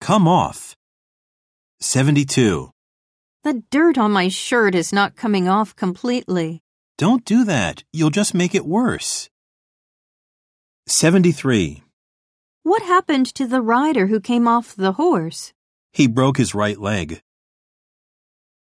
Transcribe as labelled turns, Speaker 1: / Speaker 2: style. Speaker 1: Come off. 72.
Speaker 2: The dirt on my shirt is not coming off completely.
Speaker 1: Don't do that. You'll just make it worse. 73.
Speaker 2: What happened to the rider who came off the horse?
Speaker 1: He broke his right leg.